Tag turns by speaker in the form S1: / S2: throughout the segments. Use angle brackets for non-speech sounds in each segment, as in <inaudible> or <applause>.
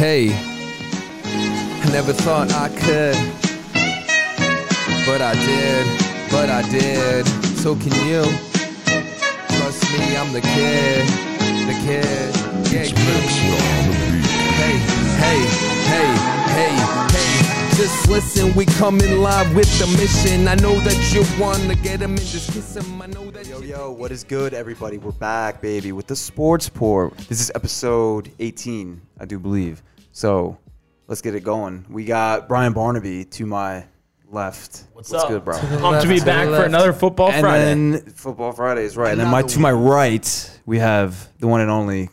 S1: Hey, I never thought I could, but I did, but I did. So can you? Trust me, I'm the kid, the kid. Yeah, kid. Hey, hey, hey, hey, hey. Just listen, we coming live with the mission. I know that you wanna get 'em and just kiss 'em. I know that
S2: Yo,
S1: you-
S2: yo, what is good, everybody? We're back, baby, with the sports port. This is episode 18, I do believe. So let's get it going. We got Brian Barnaby to my left. What's,
S3: up?
S2: good, bro?
S3: Pumped to be
S1: left,
S3: back
S1: to the
S3: for
S1: left.
S3: another football
S2: and
S3: Friday.
S2: then Football Fridays, right. And then my, to my right, we have the one and only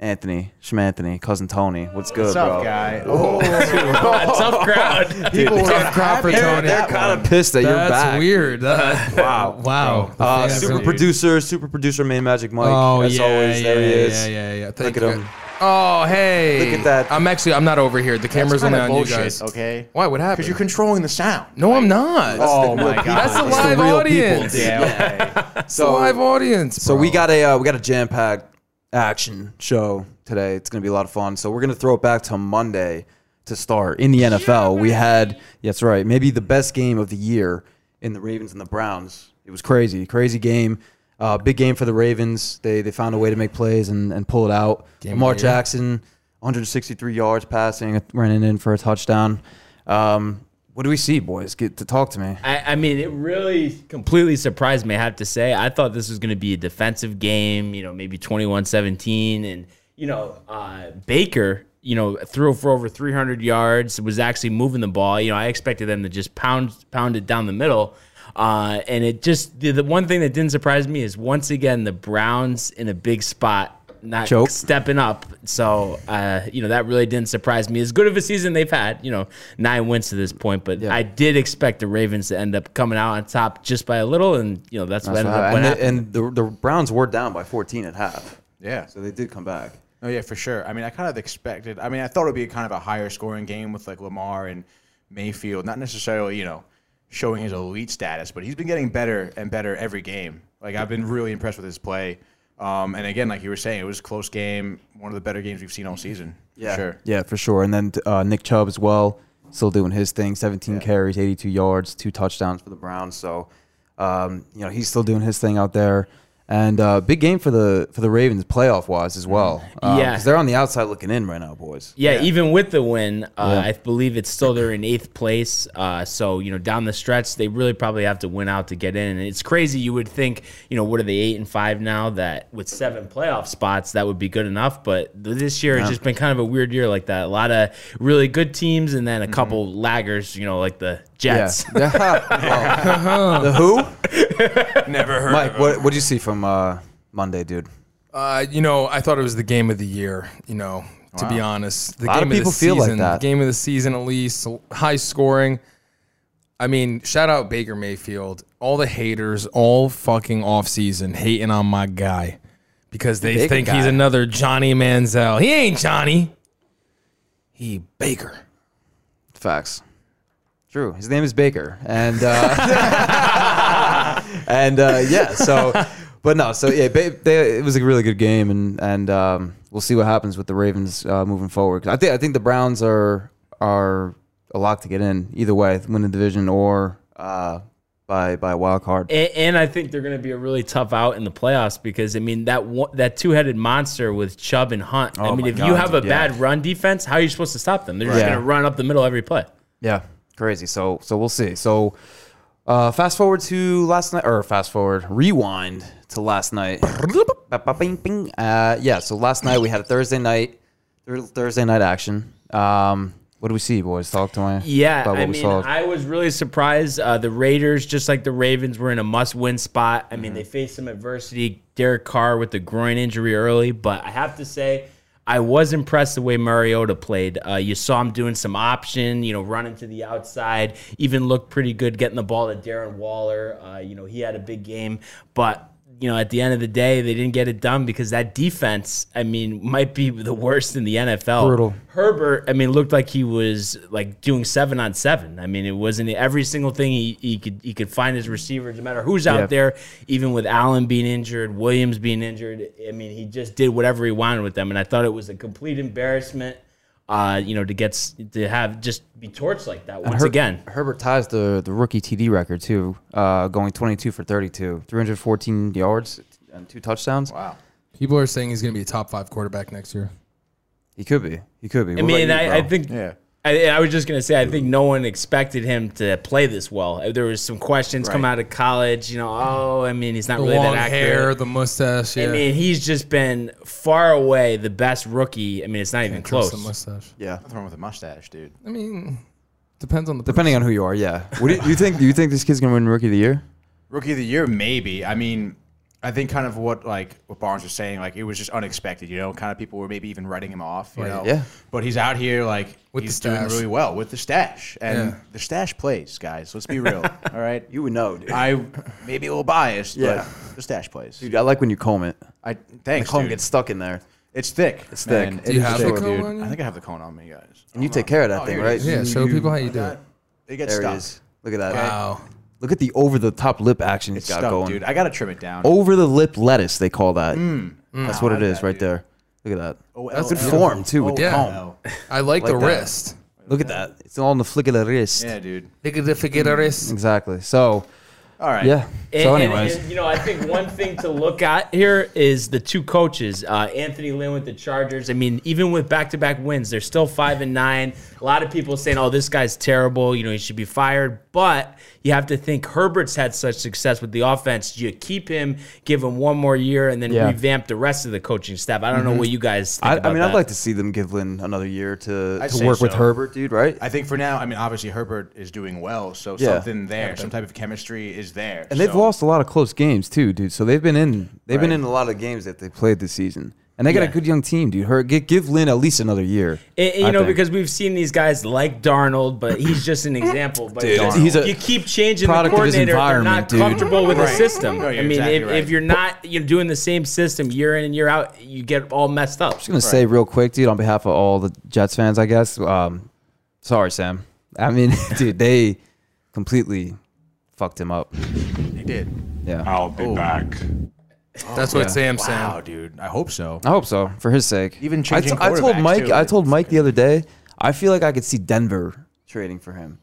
S2: Anthony, Schmanthony, Cousin Tony. What's good,
S4: What's up,
S2: bro?
S3: <laughs>
S4: guy? Oh,
S3: tough crowd.
S2: Dude,
S4: people
S2: they're
S4: were happy.
S1: Oh,
S2: they're, they're kind of pissed that you're
S1: That's
S2: back.
S1: weird.
S2: Wow.
S1: wow.
S2: Uh,
S1: The fans
S2: super
S1: are-
S2: producer, super producer, main Magic Mike.
S1: Oh
S2: as
S1: yeah,
S2: always,
S1: yeah,
S2: there he
S1: yeah,
S2: is.
S1: yeah, yeah. Thank
S2: at
S1: you.
S2: him.
S1: Oh hey,
S2: Look at that.
S1: I'm actually I'm not over here. The camera's only on you guys.
S4: Okay.
S1: Why? What happened?
S4: Because you're controlling the sound.
S1: no, I'm not.
S4: Oh my god.
S1: That's the
S4: It's
S1: live
S4: real
S1: audience.
S4: People, damn.
S2: So
S1: live audience.
S2: So we
S1: bro.
S2: got a uh, we got a jam packed action show today. It's gonna be a lot of fun. So we're gonna throw it back to Monday to start in the NFL. We had yeah, that's right, maybe the best game of the year in the Ravens and the Browns. It was crazy, crazy game. Uh, big game for the Ravens. They they found a way to make plays and, and pull it out. Lamar Jackson, 163 yards passing, running in for a touchdown. Um, what do we see, boys? Get to talk to me.
S3: I, I mean, it really completely surprised me, I have to say. I thought this was going to be a defensive game, you know, maybe 21 17. And, you know, uh, Baker, you know, threw for over 300 yards, was actually moving the ball. You know, I expected them to just pound, pound it down the middle. Uh, and it just, the, the one thing that didn't surprise me is once again, the Browns in a big spot. Not
S2: Choke.
S3: stepping up, so uh, you know that really didn't surprise me. As good of a season they've had, you know, nine wins to this point, but I did expect the Ravens to end up coming out on top just by a little, and you know that's, what ended up what
S2: and
S3: happened.
S2: the, and the, the Browns were down by 14 at half.
S4: Yeah.
S2: So they did come back.
S4: Oh yeah, for sure. I mean, I kind of expected. I mean, I thought it would be kind of a higher scoring game with like Lamar and Mayfield, not necessarily you know showing his elite status, but he's been getting better and better every game. Like I've been really impressed with his play. Um, and again, like you were saying, it was a close game, one of the better games we've seen all season. for sure.
S2: Yeah, for sure. And then uh, Nick Chubb as well, still doing his thing. 17 carries, 82 yards, two touchdowns for the Browns. So, um, you know, he's still doing his thing out there. And uh, big game for the for the Ravens playoff wise as well.
S4: Mm.
S2: Um,
S3: Yeah.
S2: 'cause they're on the outside looking in right now, boys.
S3: yeah, even with the win, uh, I believe it's still they're in eighth place. Uh, so you know, down the stretch, they really probably have to win out to get in. And it's crazy. You would think, you know, what are they eight and five now? That with seven playoff spots, that would be good enough. But th- this year, it's just been kind of a weird year like that. A lot of really good teams, and then a couple laggers. You know, like the Jets.
S2: <laughs>
S4: <laughs>
S2: Yeah. the who?
S4: Never heard.
S2: Mike, what what do you see from uh, Monday, dude?
S1: Uh, you know, I thought it was the game of the year. You know, to be honest, the
S2: lot of
S1: game
S2: people
S1: the
S2: feel like
S1: season,
S2: that.
S1: The game of the season, at least high scoring. I mean, shout out Baker Mayfield. All the haters, all fucking offseason hating on my guy because they
S2: big
S1: think he's
S2: guy.
S1: another Johnny Manziel. He ain't Johnny. He Baker.
S2: Facts. True. His name is Baker, and uh, and uh, <laughs> yeah. So, but no. So yeah, ba- they, it was a really good game, and and um, we'll see what happens with the Ravens uh, moving forward. 'Cause I think I think the Browns are are a lock to get in either way, win the division or uh, by by wild card.
S3: And, and I think they're going to be a really tough out in the playoffs because I mean that one, that two headed monster with Chubb and Hunt. I mean,
S2: Oh my
S3: if
S2: God,
S3: you have a
S2: dude, yeah.
S3: bad run defense, how are you supposed to stop them? They're just
S2: Right.
S3: going to run up the middle every play.
S2: Yeah, crazy. So so we'll see. So uh, fast forward to last night, or fast forward, rewind to last
S3: <laughs>
S2: night. Uh, yeah, so last night we had a Thursday night, thir- Thursday night action. Um, what do we see, boys? Talk to me.
S3: Yeah,
S2: about what
S3: I
S2: we
S3: mean,
S2: saw.
S3: I was really surprised. Uh, the Raiders, just like the Ravens, were in a must-win spot. I
S2: Mm-hmm.
S3: mean, they faced some adversity. Derek Carr with the groin injury early, but I have to say, I was impressed the way Mariota played. Uh, you saw him doing some option, you know, running to the outside. Even looked pretty good getting the ball to Darren Waller. Uh, you know, he had a big game, but you know, at the end of the day, they didn't get it done because that defense, I mean, might be the worst in the NFL.
S2: Brutal.
S3: Herbert, I mean, looked like he was like doing seven on seven. I mean, it wasn't every single thing he, he could he could find his receivers, no matter who's out
S2: Yeah.
S3: there. Even with Allen being injured, Williams being injured, I mean, he just did whatever he wanted with them, and I thought it was a complete embarrassment. uh, you know, to get s- to have just be torched like that once
S2: Her-
S3: again.
S2: Herbert ties the, the rookie TD record too, uh, going 22 for 32, 314 yards and two touchdowns.
S4: Wow.
S5: People are saying he's going to be a top five quarterback next year.
S2: He could be. He could be.
S3: I mean, I, I think
S4: Yeah.
S3: I, I was just gonna say, I think no one expected him to play this well. Uh, There was some questions come
S4: Right.
S3: out of college, you know. Oh, I mean, he's not
S5: The
S3: really
S5: long
S3: that accurate.
S5: hair, the mustache. Yeah.
S3: I mean, he's just been far away the best rookie. I mean, it's not even
S5: Just
S3: close.
S5: The mustache.
S2: yeah.
S4: Nothing wrong with a mustache, dude.
S5: I mean, depends on the.
S2: Depending on who you are, yeah. What do you, you think? Do you think this kid's gonna win Rookie of the Year?
S4: Rookie of the year, maybe. I mean, I think kind of what like what Barnes was saying, like it was just unexpected. You know, kind of people were maybe even writing him off. You know,
S2: Yeah.
S4: But he's out here like
S5: With the
S4: he's doing
S5: stash.
S4: really well with the stash, and
S5: Yeah.
S4: the stash plays, guys. Let's
S5: <laughs>
S4: be real. all right,
S2: You would know, dude. I,
S4: I may be a little biased,
S2: Yeah.
S4: but the stash plays.
S2: dude, I like when you comb it.
S4: I
S2: The
S4: thanks.
S2: comb
S4: dude.
S2: gets stuck in there,
S4: It's thick. It's
S2: thick. Do
S4: It
S5: you
S4: is
S5: have
S4: thick,
S5: the cone
S4: dude.
S5: on you?
S4: I think I have the cone on me, guys.
S2: and you take care of that thing,
S4: here it
S2: right?
S4: is.
S5: yeah,
S2: You-
S5: show
S2: you-
S5: people how you do it.
S4: It gets
S2: There it
S4: stuck.
S2: is. Look at that.
S5: Wow.
S2: Look at the over the top lip action he's
S4: It's
S2: got
S4: stuck,
S2: going. Oh,
S4: dude. I gotta trim it down.
S2: Over the lip lettuce, they call that.
S5: Mm.
S2: That's what it is
S4: that,
S2: right there. Look at that.
S4: that's
S2: good form, too, with the
S5: Yeah. I like, the
S2: that.
S5: wrist.
S2: Look at that. It's all in the flick of the wrist.
S4: Yeah, dude.
S5: Look at the forget the wrist.
S2: Exactly. So
S4: All right.
S2: yeah.
S3: And-
S2: so
S3: and-
S2: anyways,
S3: and, you know, I think one thing to look at here is the two coaches, uh, Anthony Lynn with the Chargers. I mean, even with back-to-back wins, they're still five and nine. A lot of people saying, "Oh, this guy's terrible. You know, he should be fired." But you have to think Herbert's had such success with the offense. You keep him, give him one more year, and then
S2: Yeah. Mm-hmm.
S3: revamp the rest of the coaching staff. I don't know what you guys. Think
S2: I, I
S3: about
S2: mean, I'd
S3: that.
S2: like to see them give Lynn another year to,
S4: I'd
S2: to
S4: say
S2: work with
S4: so.
S2: Herbert, dude. Right?
S4: I think for now, I mean, obviously Herbert is doing well, so
S2: Yeah.
S4: something there, some type of chemistry is there.
S2: And they've
S4: so-
S2: lost a lot of close games too, dude. So they've been in they've been
S4: Right.
S2: in a lot of games that they played this season, and they got
S3: Yeah.
S2: a good young team, dude. Her, gi- give Lynn at least another year.
S3: And- and, you
S2: I
S3: know,
S2: think.
S3: because we've seen these guys like Darnold, but he's just an example. But
S2: Dude,
S3: it's-
S2: he's a
S3: you keep changing the
S2: product of his
S3: coordinator. if They're
S2: environment,
S3: not
S2: dude.
S3: comfortable with the
S4: Right.
S3: system.
S4: No,
S3: I
S4: you're
S3: mean,
S4: exactly
S3: if, if
S4: right.
S3: you're not you know, doing the same system year in and year out, you get all messed up.
S2: I'm just gonna say real quick, dude, on behalf of all the Jets fans, I guess. Um, sorry, Sam. I mean, <laughs> dude, they completely fucked him up.
S4: They did. Oh.
S2: Yeah,
S6: I'll be back.
S5: That's what Sam's
S4: Wow,
S5: saying.
S4: dude. I hope so.
S2: I hope so for his sake.
S4: Even
S2: I
S4: changing
S2: I told
S4: quarterbacks,
S2: Mike.
S4: too,
S2: I
S4: it's
S2: told Mike the other day. I feel like I could see Denver trading for him.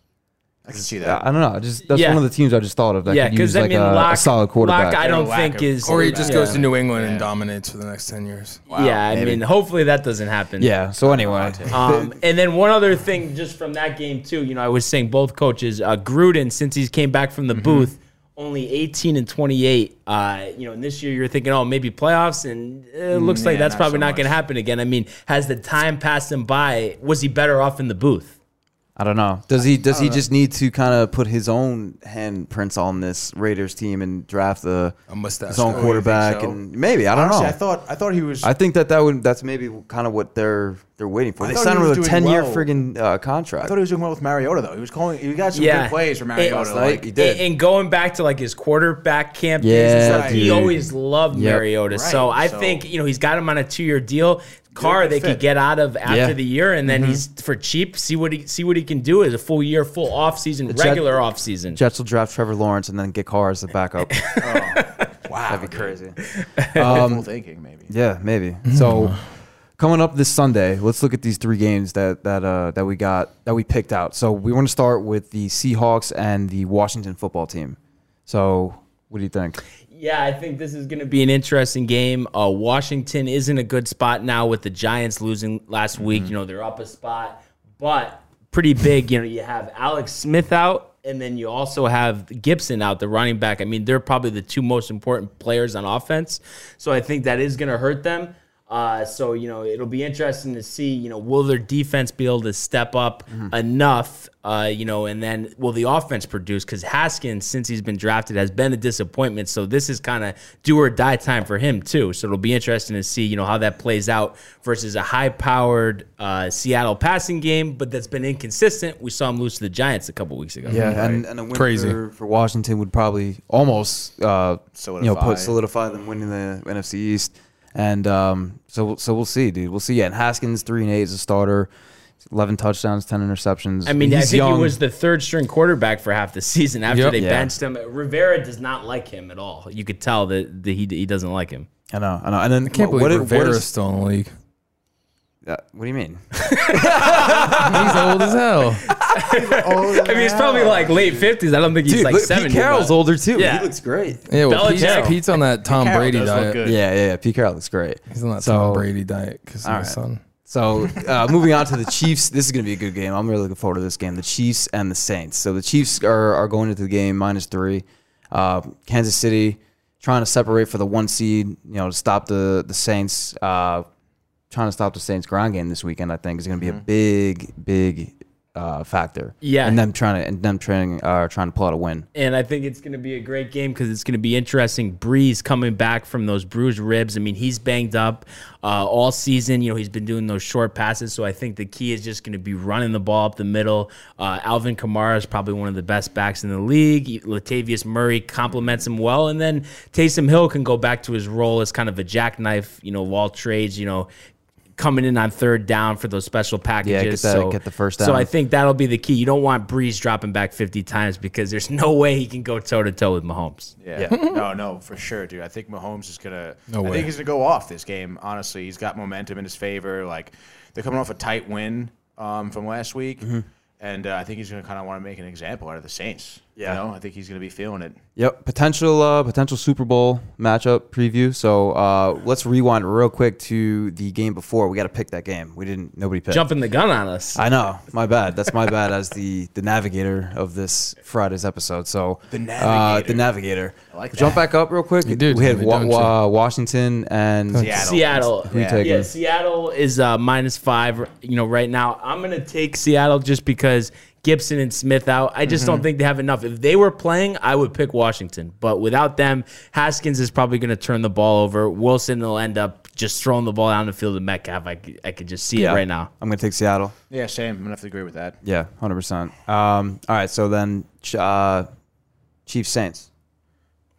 S4: I can see
S2: I
S4: that.
S2: I don't know. I Just that's
S3: Yeah.
S2: one of the teams I just thought of. That
S3: yeah,
S2: could use
S3: because I
S2: like
S3: mean,
S2: a, a
S3: Locke,
S2: solid quarterback.
S3: Locke, I don't
S4: lack
S3: think
S4: of
S3: is
S5: Or he just
S3: yeah.
S5: goes to New England and dominates for the next ten years.
S3: yeah, I mean, hopefully that doesn't happen.
S2: yeah. So anyway,
S4: <laughs>
S3: Um, and then one other thing, just from that game too, you know, I was saying both coaches, uh, Gruden, since he's came back
S4: Mm-hmm.
S3: from the booth, only 18 and 28. Uh, you know, and this year you're thinking, oh, maybe playoffs, and it looks like
S4: Mm, yeah,
S3: that's
S4: not
S3: probably
S4: so
S3: not going to
S4: much.
S3: happen again. I mean, has the time passed him by? Was he better off in the booth?
S2: I don't know. Does he does
S4: Uh,
S2: he just need to kind of put his own handprints on this Raiders team and draft the
S5: A mustache
S2: his own
S5: guy.
S2: quarterback
S4: Oh, so?
S2: and maybe I don't
S4: Honestly,
S2: know.
S4: I
S2: I,
S4: thought I thought he was.
S2: think that that would that's maybe kind of what they're they're waiting for.
S4: I
S2: They
S4: thought
S2: signed
S4: he
S2: him
S4: was
S2: with a
S4: doing
S2: ten year
S4: well.
S2: friggin' uh,
S4: I
S2: contract.
S4: thought he was doing well with Mariota though. He was calling. He got some
S3: Yeah.
S4: good plays for
S3: It-
S4: Mariota.
S3: Last
S4: like,
S2: night, he
S3: And,
S2: did.
S3: and going back to like his quarterback camp days and
S2: Yeah,
S3: stuff, he
S2: dude.
S3: always loved
S2: Yep.
S3: Mariota. So
S4: Right,
S3: I
S4: so-
S3: think you know he's got him on a two-year deal. Car
S4: good
S3: they could
S4: fit.
S3: get out of after
S2: Yeah. Mm-hmm.
S3: the year, and then he's for cheap. See what he see what he can do is a full year, full off season,
S2: Jet-
S3: regular off season.
S2: Jets will draft Trevor Lawrence and then get Carr as the
S4: <laughs>
S2: backup.
S4: wow,
S2: That'd be crazy.
S4: Hopeful thinking maybe.
S2: Yeah, maybe. So coming up this Sunday, let's look at these three games that that uh, that we got that we picked out. So we want to start with the Seahawks and the Washington football team. So what do you think?
S3: Yeah, I think this is going to be an interesting game. Uh, Washington is in a good spot now with the Giants losing last week. You know, they're up a spot, but pretty big. You know, you have Alex Smith out, and then you also have Gibson out, the running back. I mean, they're probably the two most important players on offense. So I think that is going to hurt them. Uh, so you know it'll be interesting to see. You know, will their defense be able to step up enough? Uh, you know, and then will the offense produce? Because Haskins, since he's been drafted, has been a disappointment. So this is kind of do or die time for him too. So it'll be interesting to see. You know how that plays out versus a high-powered uh, Seattle passing game, but that's been inconsistent. We saw him lose to the Giants a couple weeks ago.
S2: Yeah, and, and a win
S5: Crazy.
S2: For, for Washington would probably almost uh, you know
S4: Solidify.
S2: put solidify them winning the NFC East. And um, so we'll- so we'll see, dude. We'll see. Yeah, and Haskins three and eight is a starter, eleven touchdowns, ten interceptions.
S3: I mean, I
S2: He's
S3: think
S2: young.
S3: he was the third string quarterback for half the season after
S5: Yep.
S3: they
S2: Yeah.
S3: benched him. Rivera does not like him at all. You could tell that, that he, he doesn't like him.
S2: I know, I know. And then
S5: Can't
S2: what,
S5: believe
S2: what
S5: Rivera's
S2: is
S5: still in the league.
S2: Uh, what do you mean?
S5: He's old as hell.
S3: I mean, he's probably like late fifties. I don't think he's
S2: Dude,
S3: like
S2: look,
S3: seventy.
S2: Pete Carroll's
S3: but-
S2: older too.
S3: Yeah.
S2: He looks great.
S5: Yeah, well,
S3: Belichick.
S5: Pete's, Pete's on that Tom
S4: Carroll
S5: Brady
S4: does look
S5: diet.
S4: good.
S2: Yeah, yeah, yeah. Pete Carroll looks great.
S5: He's on that
S2: So-
S5: Tom Brady diet because of
S2: All
S5: his
S2: right.
S5: son.
S2: So uh, moving on to the Chiefs, this is going to be a good game. I'm really looking forward to this game. The Chiefs and the Saints. So the Chiefs are, are going into the game minus three. Uh, Kansas City trying to separate for the one seed. You know, to stop the the Saints. Uh, trying to stop the Saints ground game this weekend. I think is going to be a big, big uh, factor.
S3: Mm-hmm. Yeah.
S2: and them trying to and them trying uh, trying to pull out a win.
S3: and I think it's going to be a great game because it's going to be interesting. Breeze coming back from those bruised ribs. I mean, he's banged up uh, all season. You know, he's been doing those short passes, so I think the key is just going to be running the ball up the middle. Uh, Alvin Kamara is probably one of the best backs in the league. Latavius Murray complements him well, and then Taysom Hill can go back to his role as kind of a jackknife. You know, of all trades. You know. Coming in on third down for those special packages,
S2: that-
S3: so
S2: get the first
S3: So
S2: down.
S3: I think think that'll be the key. You don't want Breeze dropping back 50 times because there's no way he can go toe to toe with Mahomes.
S4: Yeah. <laughs> no, no, for sure, dude. I think Mahomes is gonna.
S5: No
S4: I
S5: way.
S4: think he's gonna go off this game. Honestly, he's got momentum in his favor. Like they're coming off a tight win um, from last week, and uh, I think he's gonna kind of want to make an example out of the Saints. Yeah. You know, I think he's gonna be feeling it.
S2: Yep, potential uh, potential Super Bowl matchup preview. So uh, let's rewind real quick to the game before. We got to pick that game. We didn't. Nobody picked.
S3: Jumping the gun on us.
S2: I know. My bad. That's my bad as the the navigator of this Friday's episode. So the
S4: navigator.
S2: the navigator. I like Jump back up real quick.
S5: do,
S2: we had
S5: Tommy,
S2: wa-
S5: don't
S2: wa- Washington and
S4: Seattle.
S3: Seattle.
S2: Who you
S3: yeah.
S2: taking?
S3: Yeah, Seattle is uh, minus five. You know, right now I'm gonna take Seattle just because Gibson and Smith out. I just
S2: Mm-hmm.
S3: don't think they have enough. If they were playing, I would pick Washington, but without them, Haskins is probably gonna turn the ball over. Wilson will end up just throwing the ball down the field to Metcalf. I could, I could just see
S2: Yeah.
S3: it right now.
S2: I'm gonna take Seattle.
S4: Yeah, same. I'm gonna have to agree with that.
S2: Yeah, hundred percent. Um. All right. So then, Ch- uh, Chiefs Saints.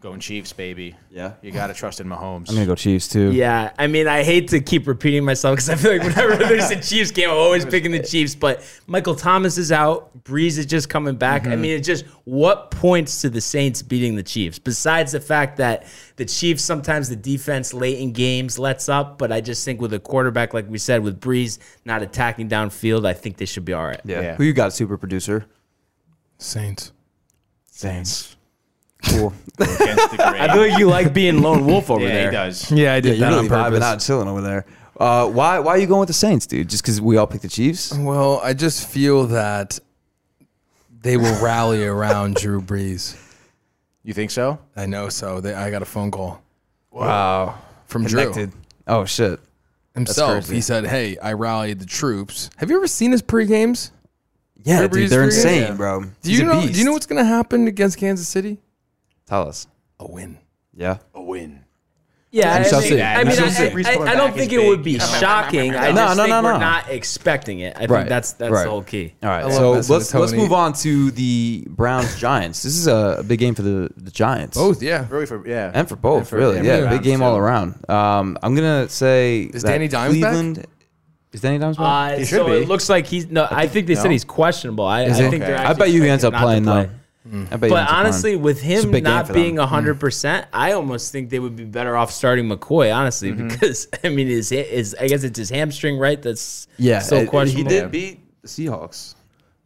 S4: Going Chiefs, baby.
S2: Yeah.
S4: You gotta trust in Mahomes.
S2: I'm gonna go Chiefs too.
S3: Yeah, I mean, I hate to keep repeating myself because I feel like whenever there's a Chiefs game, I'm always picking the Chiefs. But Michael Thomas is out, Breeze is just coming back. I mean, it's just what points to the Saints beating the Chiefs besides the fact that the Chiefs sometimes the defense late in games lets up. But I just think with a quarterback like we said with Breeze not attacking downfield, I think they should be all right.
S2: Yeah.
S4: Yeah.
S2: Who you got, super producer?
S5: Saints.
S4: Saints.
S2: Cool.
S4: Against the grain.
S3: I feel like you like being lone wolf over
S4: yeah,
S3: there.
S4: he does.
S5: Yeah, I did
S2: You're
S5: that
S2: really
S5: on
S2: vibing
S5: purpose.
S2: out, chilling over there. Uh, why why are you going with the Saints, dude? Just because we all picked the Chiefs?
S5: Well, I just feel that they will rally around Drew Brees.
S4: You think so?
S5: I know so. They, I got a phone call
S2: Wow.
S5: from
S2: Connected.
S5: Drew
S2: Oh shit.
S5: himself.
S2: crazy.
S5: He said, "Hey, I rallied the troops." Have you ever seen his pre games?
S2: Yeah,
S5: Drew
S2: dude,
S5: Brees
S2: they're
S5: for you?
S2: insane,
S5: Yeah.
S2: bro.
S5: Do you know? Do you know what's going to happen against Kansas City?
S2: Tell us.
S5: A win.
S2: Yeah.
S5: Oh,
S4: A win.
S3: <laughs> Yeah, I,
S2: We shall
S3: think-
S2: see.
S3: I
S2: We
S3: mean,
S2: shall
S3: I,
S2: see.
S4: Brees
S3: I-
S4: coming
S3: I
S4: back
S3: don't think
S4: is
S3: it would
S4: big.
S3: be shocking. I
S2: No,
S3: just
S2: no,
S3: think
S2: no,
S3: we're
S2: no.
S3: not expecting it. I think
S2: Right.
S3: that's that's
S2: Right.
S3: the whole key.
S2: All right.
S5: love
S2: So
S5: messing with
S2: let's let's
S5: Tony.
S2: move on to the Browns Giants. This is a, a big game for the, the Giants.
S5: Both. Yeah.
S4: Really for yeah.
S2: And for both, really. Yeah, big game all around. Um, I'm gonna say
S5: Is
S2: that
S5: Danny Dimes back?
S2: Cleveland- Is Danny Dimes back?
S3: Uh,
S4: He should
S3: so
S4: be.
S3: it looks like he's no. I think, they said
S4: no.
S3: he's questionable. I, I think
S4: Okay.
S3: they're.
S2: I
S3: actually
S2: bet you he ends up
S3: expecting not
S2: playing
S3: to
S2: though.
S3: play.
S2: I bet he
S3: But
S2: ends up
S3: honestly,
S2: playing.
S3: with
S2: It's a
S3: him
S2: big game
S3: not
S2: for them. Mm-hmm.
S3: being hundred percent, I almost think they would be better off starting McCoy. Honestly,
S2: Mm-hmm.
S3: because <laughs> I mean, is is I guess it's his hamstring, right? That's
S2: yeah,
S3: still
S2: it- it-
S3: questionable.
S2: He did beat the Seahawks.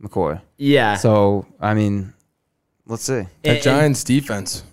S2: McCoy.
S3: yeah.
S2: So I mean, let's see.
S5: The
S3: And-
S5: Giants defense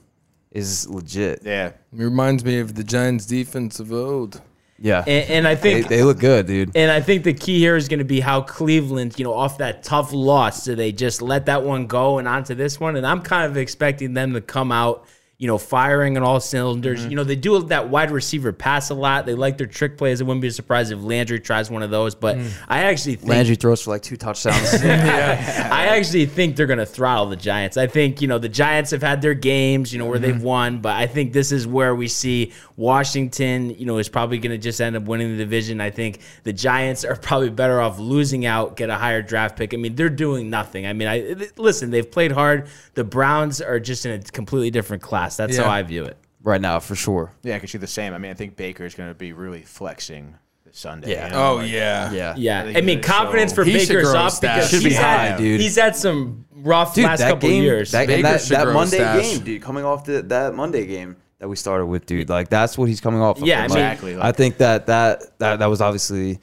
S2: Is legit.
S4: Yeah.
S5: reminds me of the Giants defense of old.
S2: Yeah.
S3: and, and I
S2: They,
S3: think
S2: they look good, dude.
S3: And I think the key here is going to be how Cleveland, you know, off that tough loss, do they just let that one go and onto this one? And I'm kind of expecting them to come out, you know, firing on all cylinders. You know, they do that wide receiver pass a lot. They like their trick plays. It wouldn't be surprised if Landry tries one of those. But I actually think
S2: Landry throws for like two touchdowns.
S3: I actually think they're going to throttle the Giants. I think, you know, the Giants have had their games, you know, where
S2: Mm-hmm.
S3: they've won, but I think this is where we see Washington, you know, is probably going to just end up winning the division. I think the Giants are probably better off losing out, get a higher draft pick. I mean, they're doing nothing. I mean, I th- listen, they've played hard. The Browns are just in a completely different class. That's
S5: Yeah.
S3: how I view it.
S2: <laughs> right now for sure.
S4: Yeah, I could see the same. I mean, I think Baker's going to be really flexing this Sunday.
S2: Yeah.
S4: you know,
S5: Oh
S4: like-
S5: yeah.
S2: Yeah.
S3: Yeah.
S4: think
S3: I mean,
S4: that-
S3: confidence for
S5: He should
S3: Baker's
S5: grow
S3: up
S5: his stats.
S3: because
S5: Should
S2: be
S3: he's, had,
S2: high, dude.
S3: he's had some rough
S2: Dude,
S3: last
S2: that
S3: couple
S2: game,
S3: years.
S2: That, and
S5: Baker
S2: that,
S5: should
S2: that
S5: grow
S2: Monday
S5: stats.
S2: game, dude, coming off the that Monday game that we started with, dude. Like that's what he's coming off. of.
S3: Yeah, I
S2: Like,
S3: mean-
S4: Exactly, like-
S2: I think that that that, that was obviously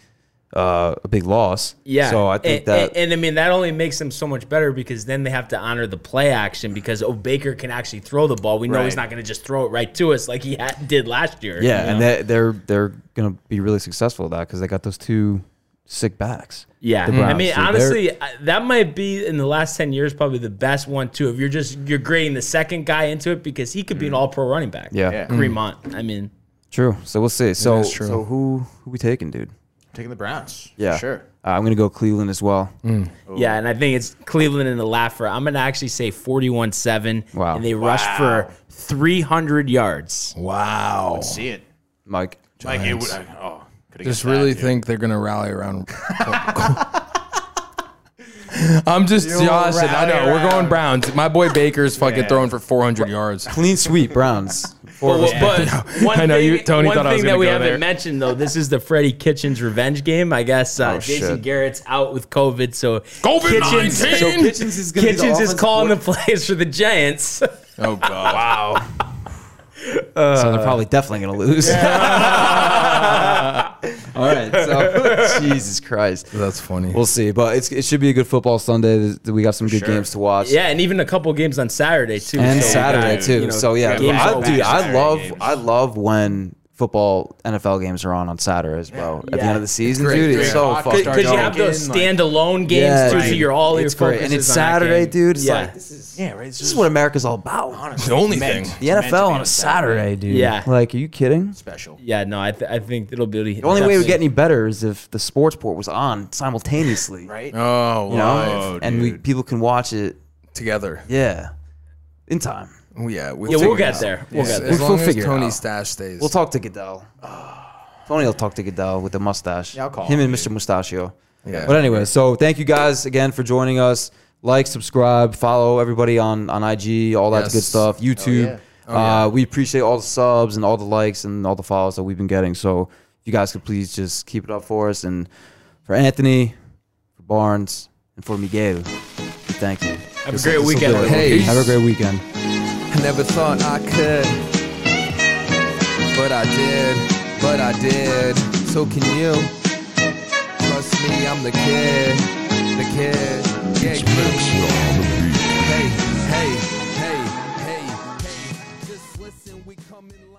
S2: uh, a big loss.
S3: Yeah.
S2: So I think
S3: and,
S2: that
S3: and, and, I mean that only makes them so much better because then they have to honor the play action because oh Baker can actually throw the ball. We know he's
S4: Right.
S3: not going to just throw it right to us like he had, did last year.
S2: yeah,
S3: you
S2: and
S3: know?
S2: they, they're they're gonna be really successful at that because they got those two sick backs.
S3: yeah.
S2: The
S3: I
S2: Browns.
S3: mean,
S2: So they're-
S3: honestly, I- that might be in the last ten years probably the best one too. If you're just you're grading the second guy into it because he could be an All Pro running back.
S2: Mm. yeah, Mm.
S4: Yeah.
S3: Cremont. I mean,
S2: true. So we'll see. So
S5: is true.
S2: so who who we taking, dude?
S4: Taking the Browns. for
S2: Yeah,
S4: Sure.
S2: Uh, I'm gonna go Cleveland as well.
S3: yeah, and I think it's Cleveland and the Laffer. I'm going to actually say 41-7.
S2: Wow.
S3: And they rushed for 300 yards.
S5: Wow.
S4: See it.
S2: Mike.
S4: Like it would. I, oh, could
S5: Just really think they're gonna rally <laughs> around. I'm just Josh. and I know
S4: rally
S5: we're going Browns. My boy Baker's fucking
S4: Yeah.
S5: throwing for 400 yards.
S2: Clean sweep, Browns. Four of us
S3: Well, but
S5: <laughs>
S3: one
S5: I know you- Tony
S3: one
S5: thought I was
S3: thing that
S5: gonna
S3: we
S5: go
S3: haven't
S5: there.
S3: mentioned though, this is the Freddie Kitchens revenge game. I guess uh,
S2: Oh,
S3: Jason
S2: shit.
S3: Garrett's out with COVID, so
S5: COVID-19!
S3: Kitchens,
S5: So
S2: Kitchens is gonna be the
S3: Kitchens is
S2: offensive
S3: calling the plays for the Giants.
S5: <laughs> Oh god.
S4: Wow.
S2: so they're probably definitely going to lose. <laughs> All right. So, <laughs> Jesus Christ.
S5: That's funny.
S2: We'll see. But it's, it should be a good football Sunday. There's- We got some good games to watch.
S3: <laughs> yeah, and even a couple games on Saturday too,
S2: And
S3: So we got,
S2: Saturday, too.
S3: you know,
S2: so, yeah.
S3: games
S2: I,
S3: all
S2: dude,
S4: back
S2: I
S4: Saturday
S2: love,
S4: games.
S2: I love when football NFL games are on on Saturdays, bro. At the
S3: Yeah.
S2: end of the season,
S5: Great.
S2: dude, it's
S5: Great.
S2: so
S4: Good-
S2: fucking
S4: good
S3: because you have those standalone games too, so
S2: dude.
S3: you're all your
S2: It's great. And it's
S3: focus is on that
S2: Saturday,
S3: game.
S2: dude. It's
S3: Yeah.
S2: like, this is,
S4: <laughs> Yeah. Right.
S2: this
S4: It's just
S2: is what America's all about.
S4: honestly,
S5: the only
S4: meant-
S5: thing.
S2: The
S4: meant to
S2: NFL
S4: be
S2: on a Saturday, dude.
S3: Yeah.
S2: Like, are you kidding?
S4: Special.
S3: Yeah, no, I, th- I think it'll be
S2: The only way we get any better is if the sports port was on simultaneously,
S4: <laughs> Right.
S5: Oh,
S2: You know,
S5: live.
S2: and we people can watch it.
S5: together.
S2: Yeah, in time.
S5: Oh, yeah, we'll
S3: Yeah,
S5: figure
S3: we'll
S5: it
S3: get
S5: out.
S3: there. We'll
S5: As,
S3: get there.
S5: as
S2: We'll
S5: long as
S2: figure it
S5: Tony
S2: out.
S5: Stash stays.
S2: We'll talk to Goodell. <sighs> Tony will talk to Goodell with the mustache.
S4: Yeah, I'll call
S2: him,
S4: him,
S2: and Mr. Mustachio.
S5: Yeah.
S2: But anyway, so thank you guys again for joining us. Like, subscribe, follow everybody on on IG, all that
S5: Yes.
S2: good stuff. YouTube.
S4: yeah.
S2: Uh, we appreciate all the subs and all the likes and all the follows that we've been getting. So if you guys could please just keep it up for us and for Anthony, for Barnes, and for Miguel. Thank you.
S3: Have a great weekend.
S2: Hey,
S5: Hey.
S2: have a great weekend.
S1: I never thought I could, but I did, but I did. So can you? Trust me, I'm the kid, the kid. Yeah, kid. Hey, hey, hey, hey, hey. Just listen, we coming live.